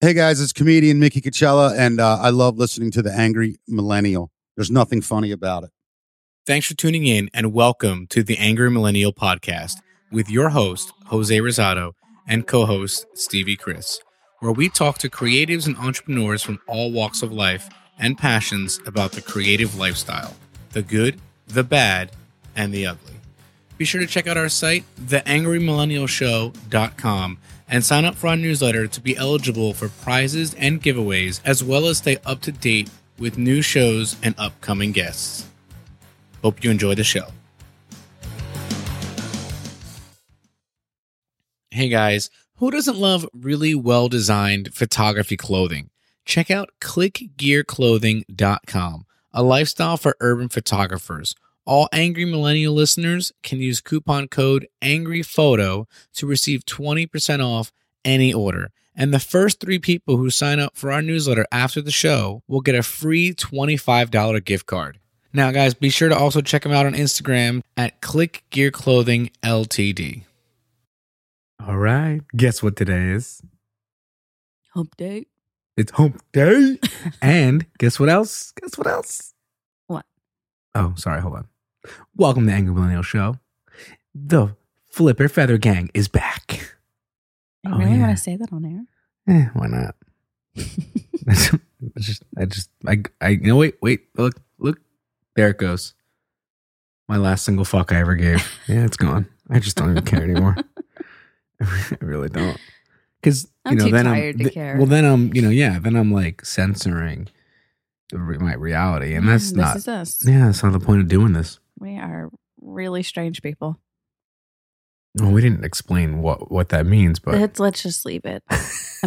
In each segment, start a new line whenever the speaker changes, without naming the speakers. Hey guys, it's comedian Mickey Coachella, and uh, I love listening to the angry millennial. There's nothing funny about it.
Thanks for tuning in and welcome to the Angry Millennial Podcast with your host, Jose Rosado, and co host, Stevie Chris, where we talk to creatives and entrepreneurs from all walks of life and passions about the creative lifestyle the good, the bad, and the ugly. Be sure to check out our site, theangrymillennialshow.com, and sign up for our newsletter to be eligible for prizes and giveaways, as well as stay up to date with new shows and upcoming guests. Hope you enjoy the show. Hey guys, who doesn't love really well designed photography clothing? Check out clickgearclothing.com, a lifestyle for urban photographers. All angry millennial listeners can use coupon code ANGRYPHOTO to receive 20% off any order. And the first three people who sign up for our newsletter after the show will get a free $25 gift card. Now, guys, be sure to also check them out on Instagram at Click Gear Clothing LTD.
All right. Guess what today is?
Hump day.
It's hump day. and guess what else? Guess what else?
What?
Oh, sorry. Hold on. Welcome to Angry Millennial Show. The Flipper Feather Gang is back.
I
Oh,
really
yeah.
want to say that on air.
Eh, why not? I just, I just, I, I, no, wait, wait, look, look, there it goes. My last single fuck I ever gave. Yeah, it's gone. I just don't even care anymore. I really don't. Because you
I'm
know,
too
then
tired
I'm,
to
th-
care.
Well, then I'm, you know, yeah, then I'm like censoring the re- my reality, and that's
this
not.
is us.
yeah, that's not the point of doing this.
We are really strange people.
Well, we didn't explain what what that means, but
let's let's just leave it a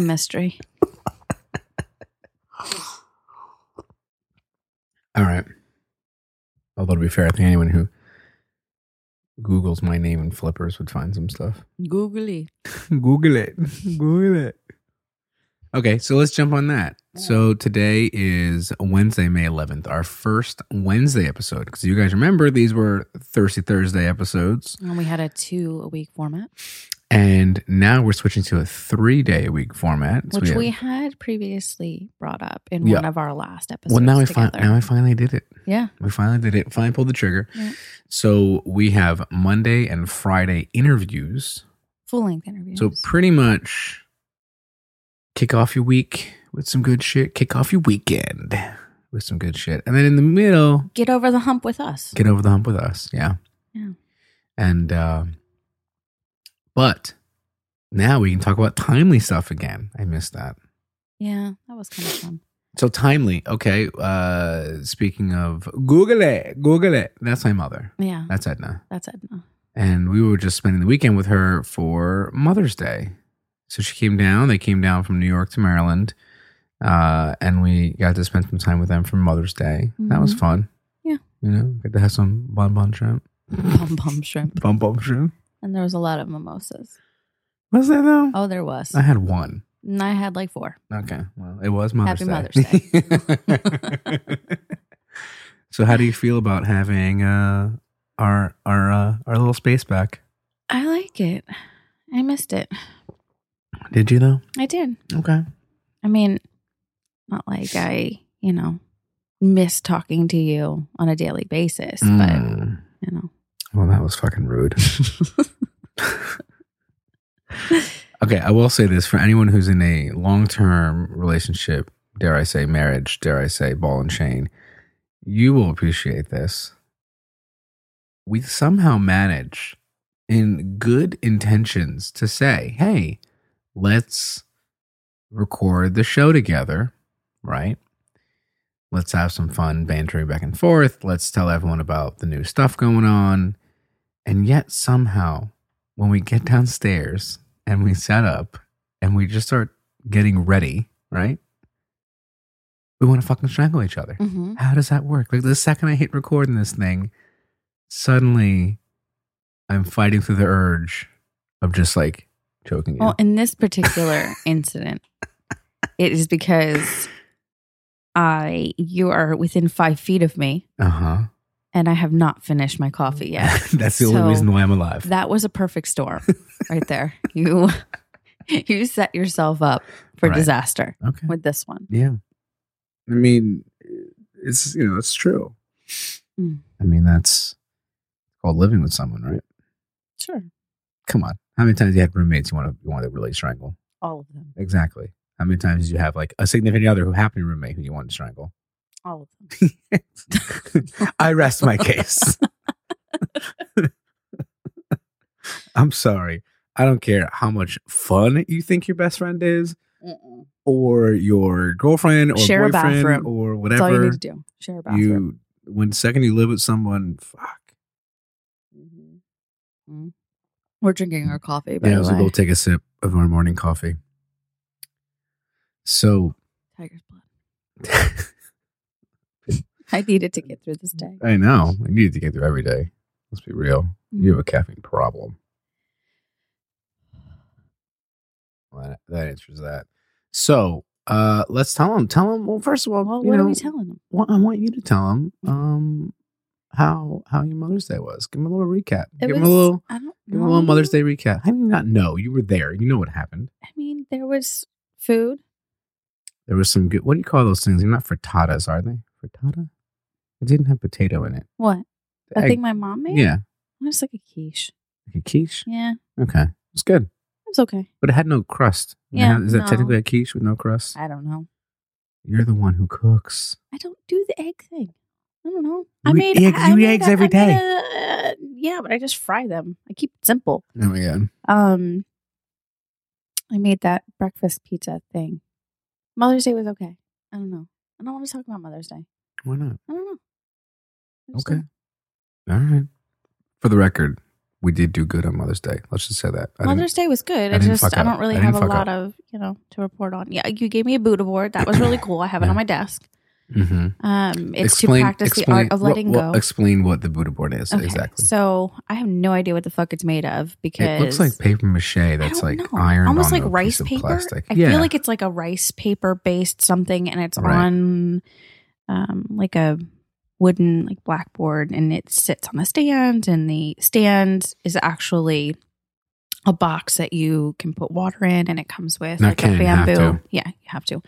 mystery.
All right. Although to be fair, I think anyone who Googles my name and flippers would find some stuff.
Googly.
Google it. Google it. Okay, so let's jump on that. So today is Wednesday, May 11th, our first Wednesday episode. Because you guys remember these were Thirsty Thursday episodes.
And we had a two a week format,
And now we're switching to a three day a week format. So
which
have-
we had previously brought up in
Yeah.
one of our last episodes.
well, now we, fin-
together.
now I finally did it.
yeah,
We finally did it. Finally pulled the trigger.
Yeah.
So we have Monday and Friday interviews.
full length interviews.
So pretty much kick off your week with some good shit. Kick off your weekend with some good shit. And then in the middle,
get over the hump with us.
get over the hump with us. Yeah.
Yeah.
And uh, but now we can talk about timely stuff again. I missed that.
yeah, that was kind of fun.
So timely. Okay. Uh speaking of Google it. Google it. That's my mother.
Yeah,
That's Edna.
that's it. No.
and we were just spending the weekend with her for Mother's Day. So she came down. They came down from New York to Maryland, uh, and we got to spend some time with them for Mother's Day. That was
Mhm.
fun.
Yeah.
you know, got to have some bonbon shrimp,
Bum bum shrimp,
bonbon shrimp.
and there was a lot of mimosas.
Was that though?
Oh, there was.
I had one.
And I had like four.
Okay, well, it was Mother's
Happy
Day. so, how do you feel about having uh, our our uh, our little space back?
I like it. I missed it.
Did you though?
I did.
Okay.
I mean, not like I, you know, miss talking to you on a daily basis, but
Mm.
you know,
Well, that was fucking rude. okay, I will say this for anyone who's in a long term relationship, dare I say marriage, dare I say ball and chain, you will appreciate this. We somehow manage in good intentions to say, hey, let's record the show together, right? Let's have some fun bantering back and forth. Let's tell everyone about the new stuff going on. And yet, somehow, when we get downstairs and we set up and we just start getting ready, right? We want to fucking strangle each other.
Mhm.
How does that work? Like the second I hit recording this thing, suddenly I'm fighting through the urge of just like choking you.
well, in this particular incident, it is because I, you are within five feet of me,
uh huh.
and I have not finished my coffee yet.
That's the only
So-
reason why I'm alive.
That was a perfect storm right there. You, you set yourself up for
Right.
disaster
Okay.
with this one.
Yeah. I mean, it's you know, it's true.
Mm.
I mean, that's called living with someone, right?
Sure.
Come on. How many times you had roommates you want to you want to really strangle?
All of them.
Exactly. How many times did you have like a significant other who happened to be a roommate who you wanted to strangle?
All of them.
I rest my case. I'm sorry. I don't care how much fun you think your best friend is,
Mm-mm.
or your girlfriend, or
Share a
boyfriend,
bathroom.
or
That's
whatever.
all you need to do. Share a bathroom.
you when second you live with someone fuck
Mhm. Mhm. We're drinking our coffee, by
yeah
the
so we'll
way.
take a sip of our morning coffee so
Tiger's blood.
i
I needed to get through this
Mm-hmm.
day. Mm-hmm.
know i needed to get through every day let's be real you have a caffeine problem Well, that, that answers that so uh let's tell them tell them well first of all
Well,
you
what
know,
are we telling them?
wa- i want you to tell them um how how your mother's day was give them a little recap
It
give them a little
I don't
Give a little
know.
Mother's Day recap. How do you not know? You were there. You know what happened.
I mean, there was food.
There was some good. What do you call those things? They're not frittatas, are they? Frittata? It didn't have potato in it.
What? I
Egg-
think my mom made?
Yeah.
It was like a quiche.
Like a quiche.
Yeah.
Okay. It's good.
It was okay.
But it had no crust. It
Yeah,
had- Is that
no.
technically a quiche with no crust?
I don't know.
You're the one who cooks.
I don't do the egg thing. I don't know. I
You eat
made
eggs-
I, I
you eat
made
eggs
a-
every
I made a- yeah, but I just fry them. I keep it simple.
Oh my God.
Um, I made that breakfast pizza thing. Mother's Day was okay. I don't know. I don't want to talk about Mother's Day.
Why not?
I don't know. I just
Okay.
don't-
All right. For the record, we did do good on Mother's Day. Let's just say that. I didn't-
Mother's Day was good.
I
I
didn't
just
fuck
I
up.
don't really
I didn't
have a
fuck
lot of you know to report on. Yeah, you gave me a boot award. That was really cool. I have it
Yeah.
on my desk.
Mhm.
Um, it's
Explain-
to practice the
explain-
art of
well-
letting
well,
go.
Explain what the Buddha board is.
Okay,
Exactly.
So I have no idea what the fuck it's made of because
It looks like paper mache
I
that's
don't
like
know.
iron,
almost like
onto a
rice
piece of
paper.
Plastic.
I feel like it's like a rice paper based something, and it's
Right.
on um, like a wooden like blackboard, and it sits on a stand, and the stand is actually a box that you can put water in, and it comes with
Not
like
can,
a
you have
bamboo.
to.
Yeah, you have to,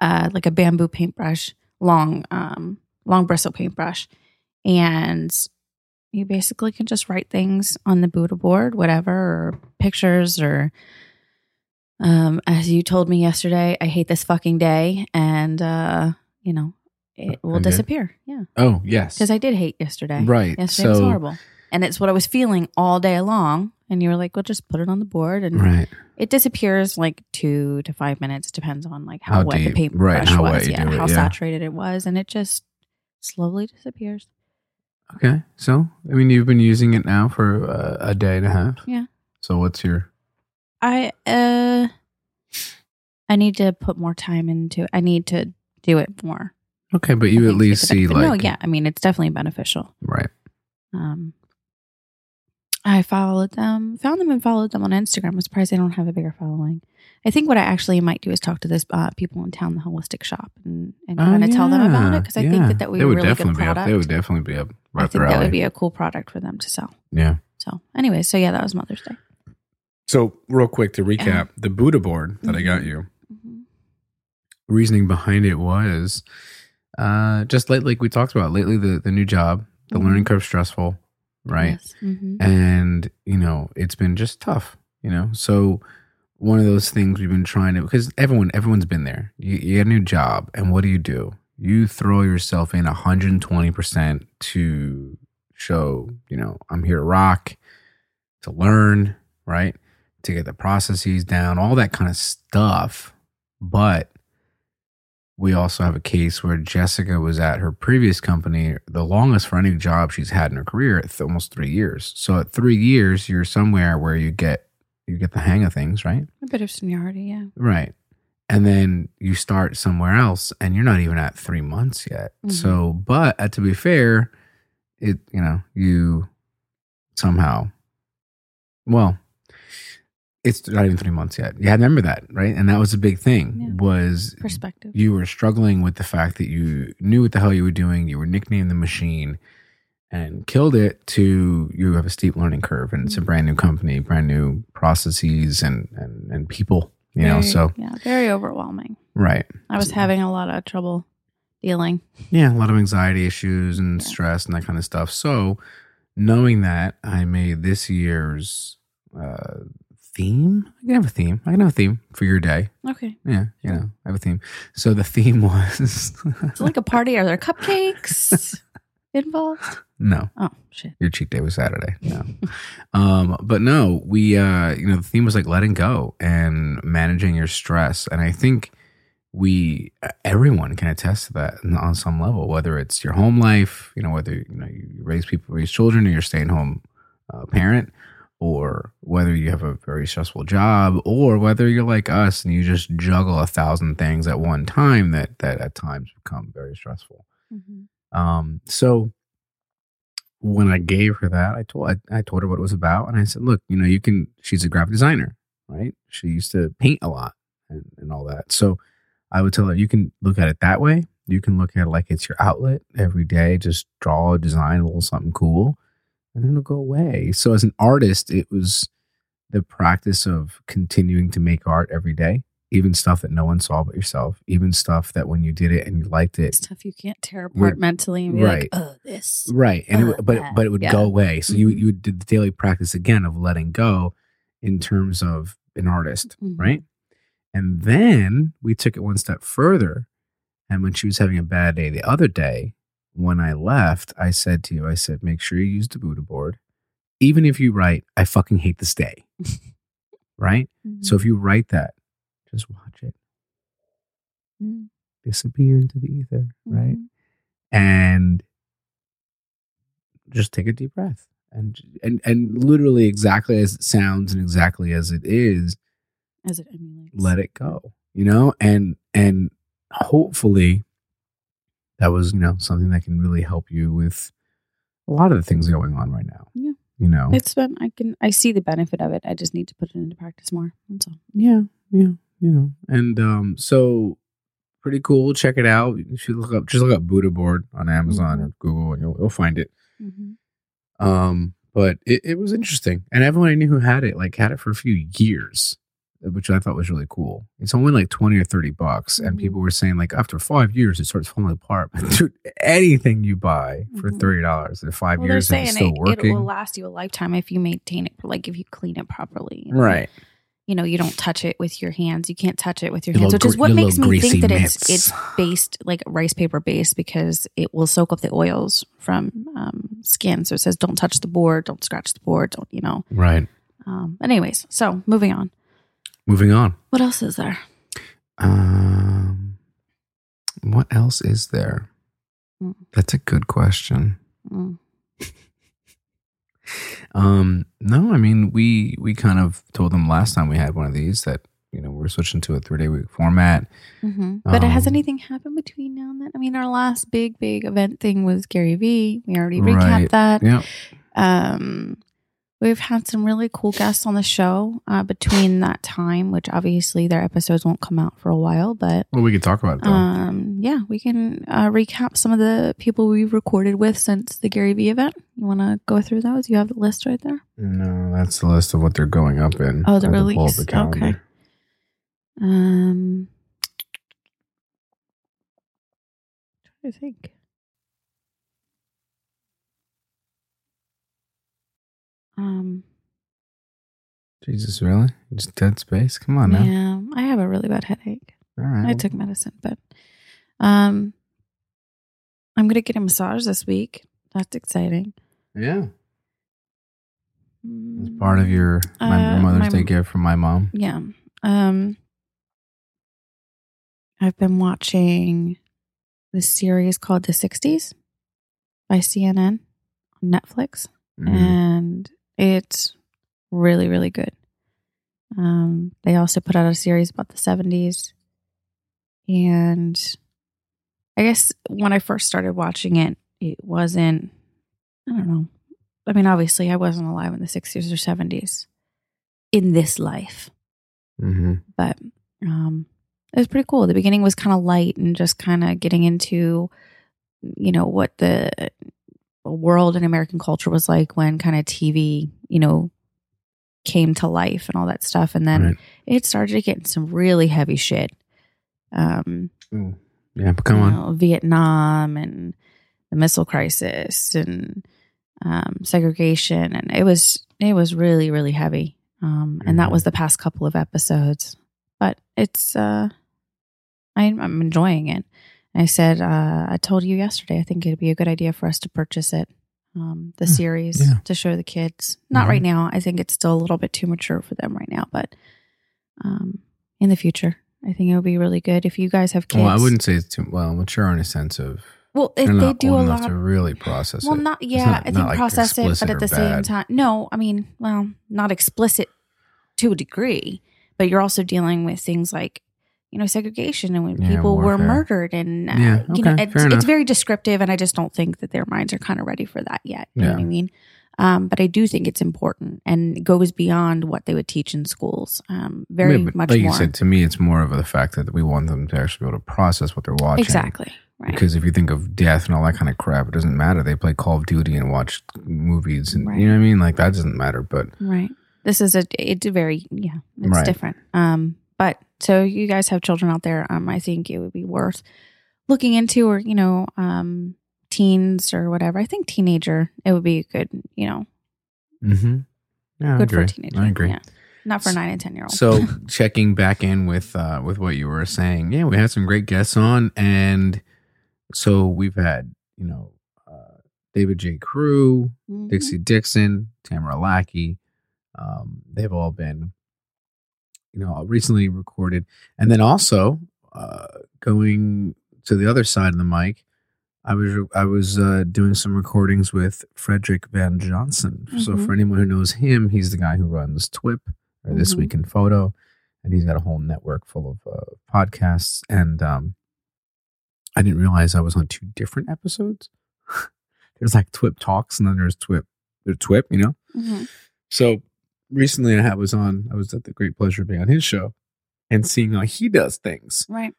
uh, like a bamboo paintbrush, long, um, long bristle paintbrush, and you basically can just write things on the Buddha board, whatever, or pictures, or um, as you told me yesterday, I hate this fucking day, and uh, you know it
I
will
did?
disappear. Yeah,
oh yes,
because I did hate yesterday.
right.
Yesterday was
so
horrible, and it's what I was feeling all day long. And you were like, "Well, just put it on the board," and
right
it disappears like two to five minutes. Depends on like how,
How
wet the
deep,
paint
right, how wet
was,
you
yeah,
do it,
how
yeah.
saturated it was, and it just slowly disappears.
okay. So I mean, you've been using it now for uh, a day and a half.
Yeah.
So what's your
I uh I need to put more time into I need to do it more.
okay? But
I
you at
think, to
least
the
see
benefit-
like
No, yeah. I mean it's definitely beneficial.
right.
Um I followed them, found them and followed them on Instagram. I'm surprised they don't have a bigger following. I think what I actually might do is talk to this uh, people in town, the holistic shop, and, and
Oh,
kind of tell them about
yeah,
it because I think
yeah.
that that would be
They
a
would
really good
definitely be up.
product.
They would definitely be up.
I
up
think
your
that
alley.
would be a cool product for them to sell.
yeah.
So, anyway, so yeah, that was Mother's Day.
So real quick to recap,
Yeah.
the Buddha board that I got
Mhm.
you.
Mhm.
reasoning behind it was uh just late like we talked about lately the the new job the
Mhm.
learning curve stressful right
Yes. Mhm.
and you know it's been just tough you know so one of those things we've been trying to because everyone everyone's been there you, you get a new job and what do you do you throw yourself in 120% to show you know i'm here to rock to learn right to get the processes down all that kind of stuff but we also have a case where Jessica was at her previous company, the longest for any job she's had in her career, at th- almost three years. So at three years, you're somewhere where you get you get the hang of things, right?
A bit of seniority, yeah.
Right. And then you start somewhere else, and you're not even at three months yet.
Mhm.
So, but uh, to be fair, it you know you somehow, well, it's not even three months yet. Yeah, I remember that, right? And that was a big thing
Yeah.
was
Perspective.
you were struggling with the fact that you knew what the hell you were doing. You were nicknamed the machine and killed it to you have a steep learning curve and it's a brand new company, brand new processes and and, and people, You know,
Very-
so
yeah, very overwhelming.
right.
I was having a lot of trouble dealing.
Yeah, a lot of anxiety issues and
Yeah.
stress and that kind of stuff. So, knowing that, I made this year's uh, theme. I can have a theme. I can have a theme for your day.
Okay,
Yeah, you know, I have a theme. So the theme was
it's like a party. Are there cupcakes involved?
no.
Oh shit.
Your cheat day was Saturday. No. um, but no, we uh, you know, the theme was like letting go and managing your stress. And I think we everyone can attest to that on some level, whether it's your home life, you know, whether you know you raise people, raise children, or you're staying home uh, parent, or whether you have a very stressful job, or whether you're like us and you just juggle a thousand things at one time that that at times become very stressful.
Mm-hmm.
Um, so when I gave her that, I told I, I told her what it was about, and I said, "Look, you know, you can." She's a graphic designer, right? She used to paint a lot and, and all that. So I would tell her, "You can look at it that way. You can look at it like it's your outlet every day. Just draw, design a little something cool, and then it'll go away." So as an artist, it was the practice of continuing to make art every day. Even stuff that no one saw but yourself, even stuff that when you did it and you liked it,
Stuff you can't tear apart
We're-
mentally and be
right.
like, oh, this.
right and it,
Uh,
would- but
yeah.
but it would
Yeah.
go away so you
Mhm.
you did the daily practice again of letting go in terms of an artist
Mhm.
right and then we took it one step further and when she was having a bad day the other day when i left i said to you i said make sure you use the buddha board even if you write i fucking hate this day right
Mm-hmm.
so if you write that just watch it
Mhm.
disappear into the ether right
Mhm.
and just take a deep breath and and and literally exactly as it sounds and exactly as it is
as it emulates,
let it go you know and and hopefully that was you know something that can really help you with a lot of the things going on right now
Yeah.
you know
It's been. I can. I see the benefit of it. I just need to put it into practice more. That's all.
yeah yeah you know and um so pretty cool check it out you should look up just look up buddha board on amazon
Mm-hmm.
or google and you'll, you'll find it Um, but it, it was interesting. And everyone I knew who had it, like had it for a few years, which I thought was really cool. It's only like 20 or 30 bucks. And
Mhm.
people were saying, like, after five years, it starts falling apart. But dude, anything you buy for
Mhm.
$30 in five
Well, they're
years and it's
saying
still
it, it
working.
will last you a lifetime if you maintain it. Like if you clean it properly,
right.
You know, you don't touch it with your hands. You can't touch it with your
Your
hands,
little
which is
gre-
what
your
makes
little
me think
greasy
that
mitts.
it's it's based like rice paper based because it will soak up the oils from um, skin. So it says don't touch the board, don't scratch the board, don't you know.
Right.
Um, but anyways, so moving on.
Moving on.
What else is there?
Um, what else is there?
Mm.
That's a good question.
Mm.
Um, no, I mean we we kind of told them last time we had one of these that you know we're switching to a three day week format.
hmm But has
Um,
anything happened between now and then? I mean, our last big, big event thing was Gary Vee. We already
Right.
recapped that.
Yeah,
Um, we've had some really cool guests on the show uh, between that time, which obviously their episodes won't come out for a while. But
well we could talk about it though.
um, yeah, we can uh, recap some of the people we've recorded with since the Gary Vee event. You want to go through those? You have the list right there.
no, that's the list of what they're going up in.
Oh, the
I have to pull up
release.
the calendar.
Okay. Um, trying to think. Um,
Jesus, really? Just dead space? Come on now.
yeah, I have a really bad headache.
All right.
I
well,
took medicine, but um, I'm gonna get a massage this week. That's exciting.
yeah, it's part of your my,
Uh,
Mother's
my-
Day gift from my mom.
Mm, Yeah. Um I've been watching this series called The 60s by CNN on Netflix
Mm.
and it's really really good. Um they also put out a series about the 70s and I guess when I first started watching it it wasn't I don't know. I mean obviously I wasn't alive in the 60s or 70s in this life
Mhm.
but um, it was pretty cool. The beginning was kind of light and just kind of getting into, you know, what the uh, world and American culture was like when kind of TV, you know, came to life and all that stuff. And then
Right.
it started getting some really heavy shit. Um,
Yeah, but come
you
on.
know, Vietnam and the missile crisis and um, segregation, and it was it was really really heavy. Um, and that
Mhm.
was the past couple of episodes, but it's uh, I'm, I'm enjoying it. I said uh, I told you yesterday. I think it'd be a good idea for us to purchase it, um, the
Hmm.
series
Yeah. Mm-hmm.
to show the kids. Not right now. I think it's still a little bit too mature for them right now, but um, in the future. I think it would be really good if you guys have kids.
Well, Oh, I wouldn't say it's too well mature in a sense of
Well, if
they're
they
not
do
old
a
enough
lot.
to really process
Well,
it.
not yeah.
not-
I think
not, like,
process it,
explicit
but at
or
the same
bad.
time, no. I mean, well, not explicit to a degree, but you're also dealing with things like you know segregation and when
Yeah,
people were
warfare.
murdered, and uh,
Yeah,
you know,
okay,
it's,
fair
it's
enough.
very descriptive, and I just don't think that their minds are kind of ready for that yet. You know
Yeah.
what I mean? Um, but I do think it's important and goes beyond what they would teach in schools. Um, very
Yeah, but
much
like
more.
you said, to me, it's more of the fact that we want them to actually be able to process what they're watching.
exactly. Right.
Because if you think of death and all that kind of crap, it doesn't matter. They play Call of Duty and watch movies, and
Right.
you know what I mean. Like that doesn't matter. But
Right. This is a it's a very yeah, it's
Right.
different. Um but so you guys have children out there, um I think it would be worth looking into or you know, um teens or whatever. I think teenager it would be good, you know,
mm-hmm. yeah,
good
I agree.
for teenager.
I agree.
Yeah. Not for
S-
9 and 10 year old.
So checking back in with uh, with what you were saying, yeah, we had some great guests on, and so we've had you know uh, David J. Crew,
Mm-hmm.
Dixie Dixon, Tamara Lackey. Um, they've all been, you know, recently recorded. And then also uh, going to the other side of the mic, I was I was uh, doing some recordings with Frederick Van Johnson. So
Mhm.
for anyone who knows him, he's the guy who runs TWIP or This
Mhm.
Week in Photo, and he's got a whole network full of uh, podcasts. And um, I didn't realize I was on two different episodes. there's like TWIP talks, and then there's TWIP, there's TWIP, you know.
Mhm.
So recently, I had- was on. I was at the great pleasure of being on his show and seeing how he does things,
Right.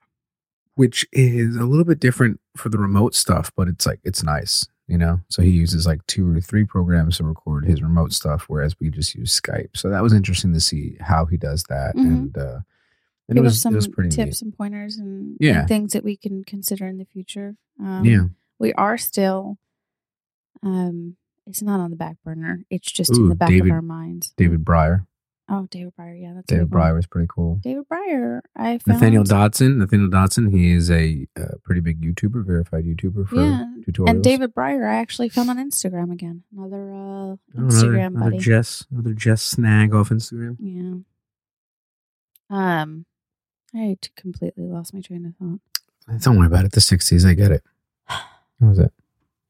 which is a little bit different for the remote stuff, but it's like it's nice, you know. So he uses like two or three programs to record his remote stuff, whereas we just use Skype. So that was interesting to see how he does that,
Mhm.
and uh, and it
Give us
was it was pretty
tips and pointers and, and
Yeah.
things that we can consider in the future. Um,
neat. Yeah.
we are still um it's not on the back burner. It's just
Ooh,
in the back
David-
of our minds.
David Breyer.
Oh, David Breyer. Yeah, that's a
David
big one.
Breyer was pretty cool.
David Breyer. I found
Nathaniel Dodson. Nathaniel Dodson. He is a uh, pretty big YouTuber, verified YouTuber for
Yeah,
tutorials.
and David Breyer. I actually found on Instagram again. Another uh,
Oh, another-
Instagram
another,
buddy.
Jess, another Jess snag off Instagram.
yeah. Um, I t- completely lost my train of thought.
Don't worry about it. The '60s, I get it. What was it?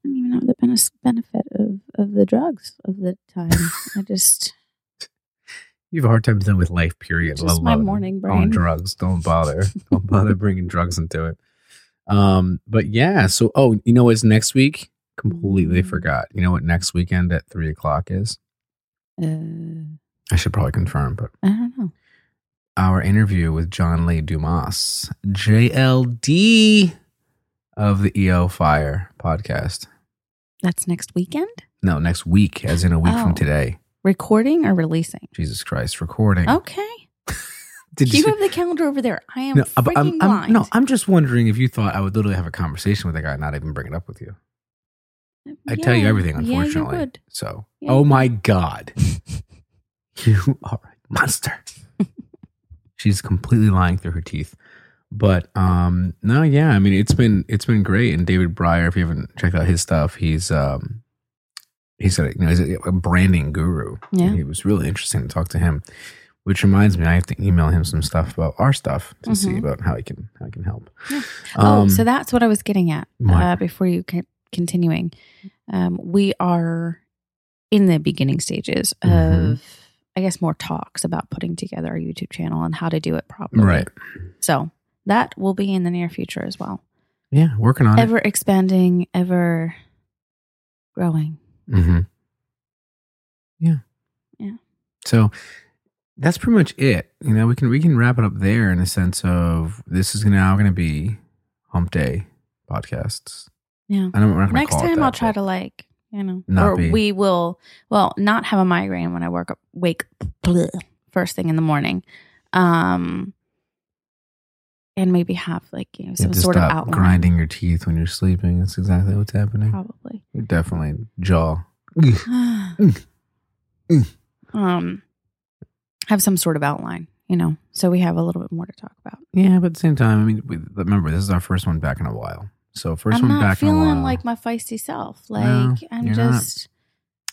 I don't even know the bene- benefit of of the drugs of the time. I just
You have a hard time dealing with life, period.
Just
let
my
alone
morning
on
brain.
drugs. Don't bother. Don't bother bringing drugs into it. Um, but yeah. So, oh, you know what's next week? Completely
Mm.
forgot. You know what next weekend at three o'clock is?
uh, I
I should probably confirm, but
don't know.
our interview with John Lee Dumas, JLD of the EO Fire podcast.
That's next weekend.
No, next week, as in a week
Oh.
from today.
Recording or releasing?
Jesus Christ, recording.
Okay.
Did
You, have the calendar over there. I am
No, uh, but
freaking
I'm, I'm,
blind.
no, I'm just wondering if you thought I would literally have a conversation with that guy, and not even bring it up with you. I tell you
Yeah.
everything,
Yeah,
unfortunately.
you would.
So,
Yeah,
oh
you
my God, you are a monster. She's completely lying through her teeth. But um, no, yeah, I mean, it's been it's been great. And David Breyer, if you haven't checked out his stuff, he's um, he's a, you know he's a, a branding guru.
Yeah.
and it was really interesting to talk to him. Which reminds me, I have to email him some stuff about our stuff to see
Mhm.
about how he can how he can help.
Yeah. oh,
Um,
so that's what I was getting at
my-
uh, before you kept continuing. Um, we are in the beginning stages of,
Mhm.
I guess, more talks about putting together our YouTube channel and how to do it properly.
right.
So that will be in the near future as well.
Yeah, working on
Ever expanding, ever growing.
it. Mm-hmm. Yeah.
Yeah.
So that's pretty much it. You know, we can we can wrap it up there in a sense of this is now going to be hump day podcasts.
Yeah.
I don't. We're not gonna
Next
call it
time
that,
I'll try
but-
to like, you know,
Not
or
be-
we will well not have a migraine when I work up, wake bleh, first thing in the morning, um, and maybe have like you know
You
some
have to
sort of
stop
outline,
grinding your teeth when you're sleeping. That's exactly what's happening.
probably.
You're definitely jaw.
um, have some sort of outline, you know, so we have a little bit more to talk about.
Yeah, but at the same time, I mean, we, remember this is our first one back in a while. So 1st
I'm
one
not
back in a while.
feeling like my feisty self. Like
No,
I'm
you're not.
just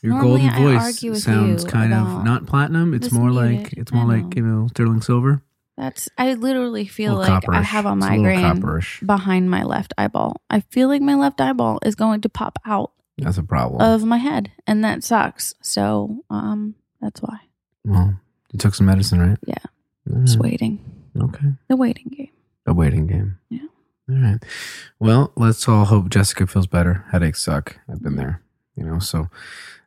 your
normally
golden
I argue
voice
with
sounds
you
kind
about
of not platinum. It's
this
more
muted.
like it's
I
more
know.
like you know sterling silver.
that's. I literally feel
Little
like I
copperish.
have a
It's little
migraine
copperish.
behind my left eyeball. I feel like my left eyeball is going to pop out
That's a problem.
of my head, and that sucks. So um, that's why
well, you took some medicine, right?
Yeah.
All
just
right.
waiting.
Okay.
The waiting game.
A waiting game.
Yeah.
All right. Well, let's all hope Jessica feels better. Headaches suck. I've been there. You know, so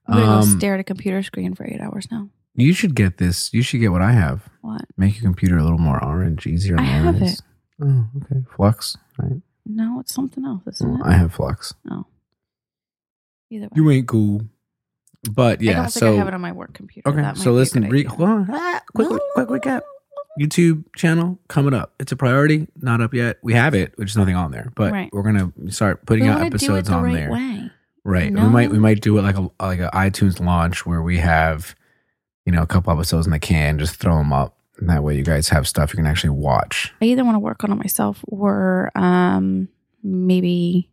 I'm gonna go
um,
stare at a computer screen for eight hours now.
you should get this. You should get what I have.
What?
Make your computer a little more orange, easier. on
I
the
have
eyes.
it.
Oh, okay. Flux, right?
No, it's something else, isn't
Well,
it?
I have flux.
Either way.
You ain't cool. But
I
yeah,
don't think
so
I have it on my work computer.
Okay,
That might be
so
a
listen,
good
re-
idea.
hold on. Ah, quick, quick recap. YouTube channel coming up. It's a priority, not up yet. We have it, which is nothing on there, but
Right.
we're gonna start putting
We
out
wanna do it
episodes
the
on
right
there.
way.
Right.
No.
We might we might do it like a like a iTunes launch where we have, you know, a couple episodes in the can, just throw them up. And that way you guys have stuff you can actually watch.
I either want to work on it myself or um, maybe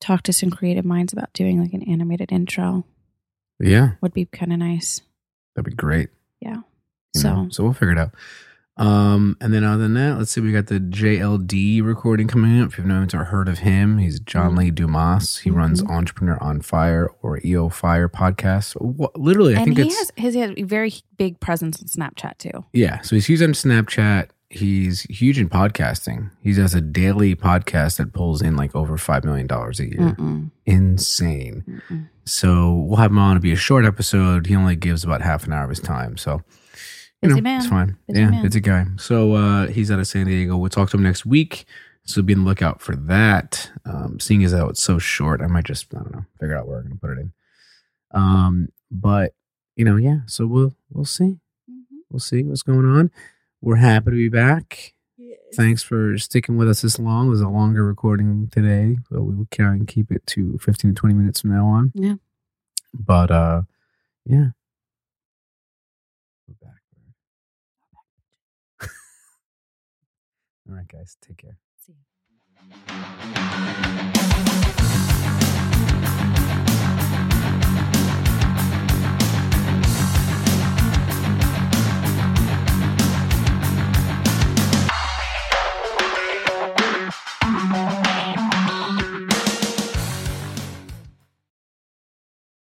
talk to some creative minds about doing like an animated intro
Yeah.
would be kind of nice.
That'd be great.
Yeah.
You know,
So-
so we'll figure it out. Um, and then other than that, let's see, we got the JLD recording coming up. If you've known or heard of him, he's John Lee Dumas.
Mm-hmm.
He runs Entrepreneur on Fire or EO Fire podcast. What, literally, I
and
think
he
it's
has, his, he has a very big presence on Snapchat too.
Yeah. So he's huge on Snapchat. He's huge in podcasting. He does a daily podcast that pulls in like over $5 million a year.
Mm-mm,
Insane.
mm-mm.
So we'll have him on. It'll be a short episode. He only gives about half an hour of his time. So, you
Busy
know,
man.
it's fine.
Busy
yeah,
man.
busy guy. So uh, he's out of San Diego. We'll talk to him next week. So be on the lookout for that. Um, seeing as how it's so short, I might just, I don't know, figure out where I'm going to put it in. Um, but, you know, yeah. So we'll, we'll see
Mm-hmm.
we'll see what's going on. We're happy to be back. Thanks for sticking with us this long. It was a longer recording today, but we will try and keep it to 15 to 20 minutes from now on.
Yeah.
But uh yeah. We're back. All right, guys. Take care.
See ya.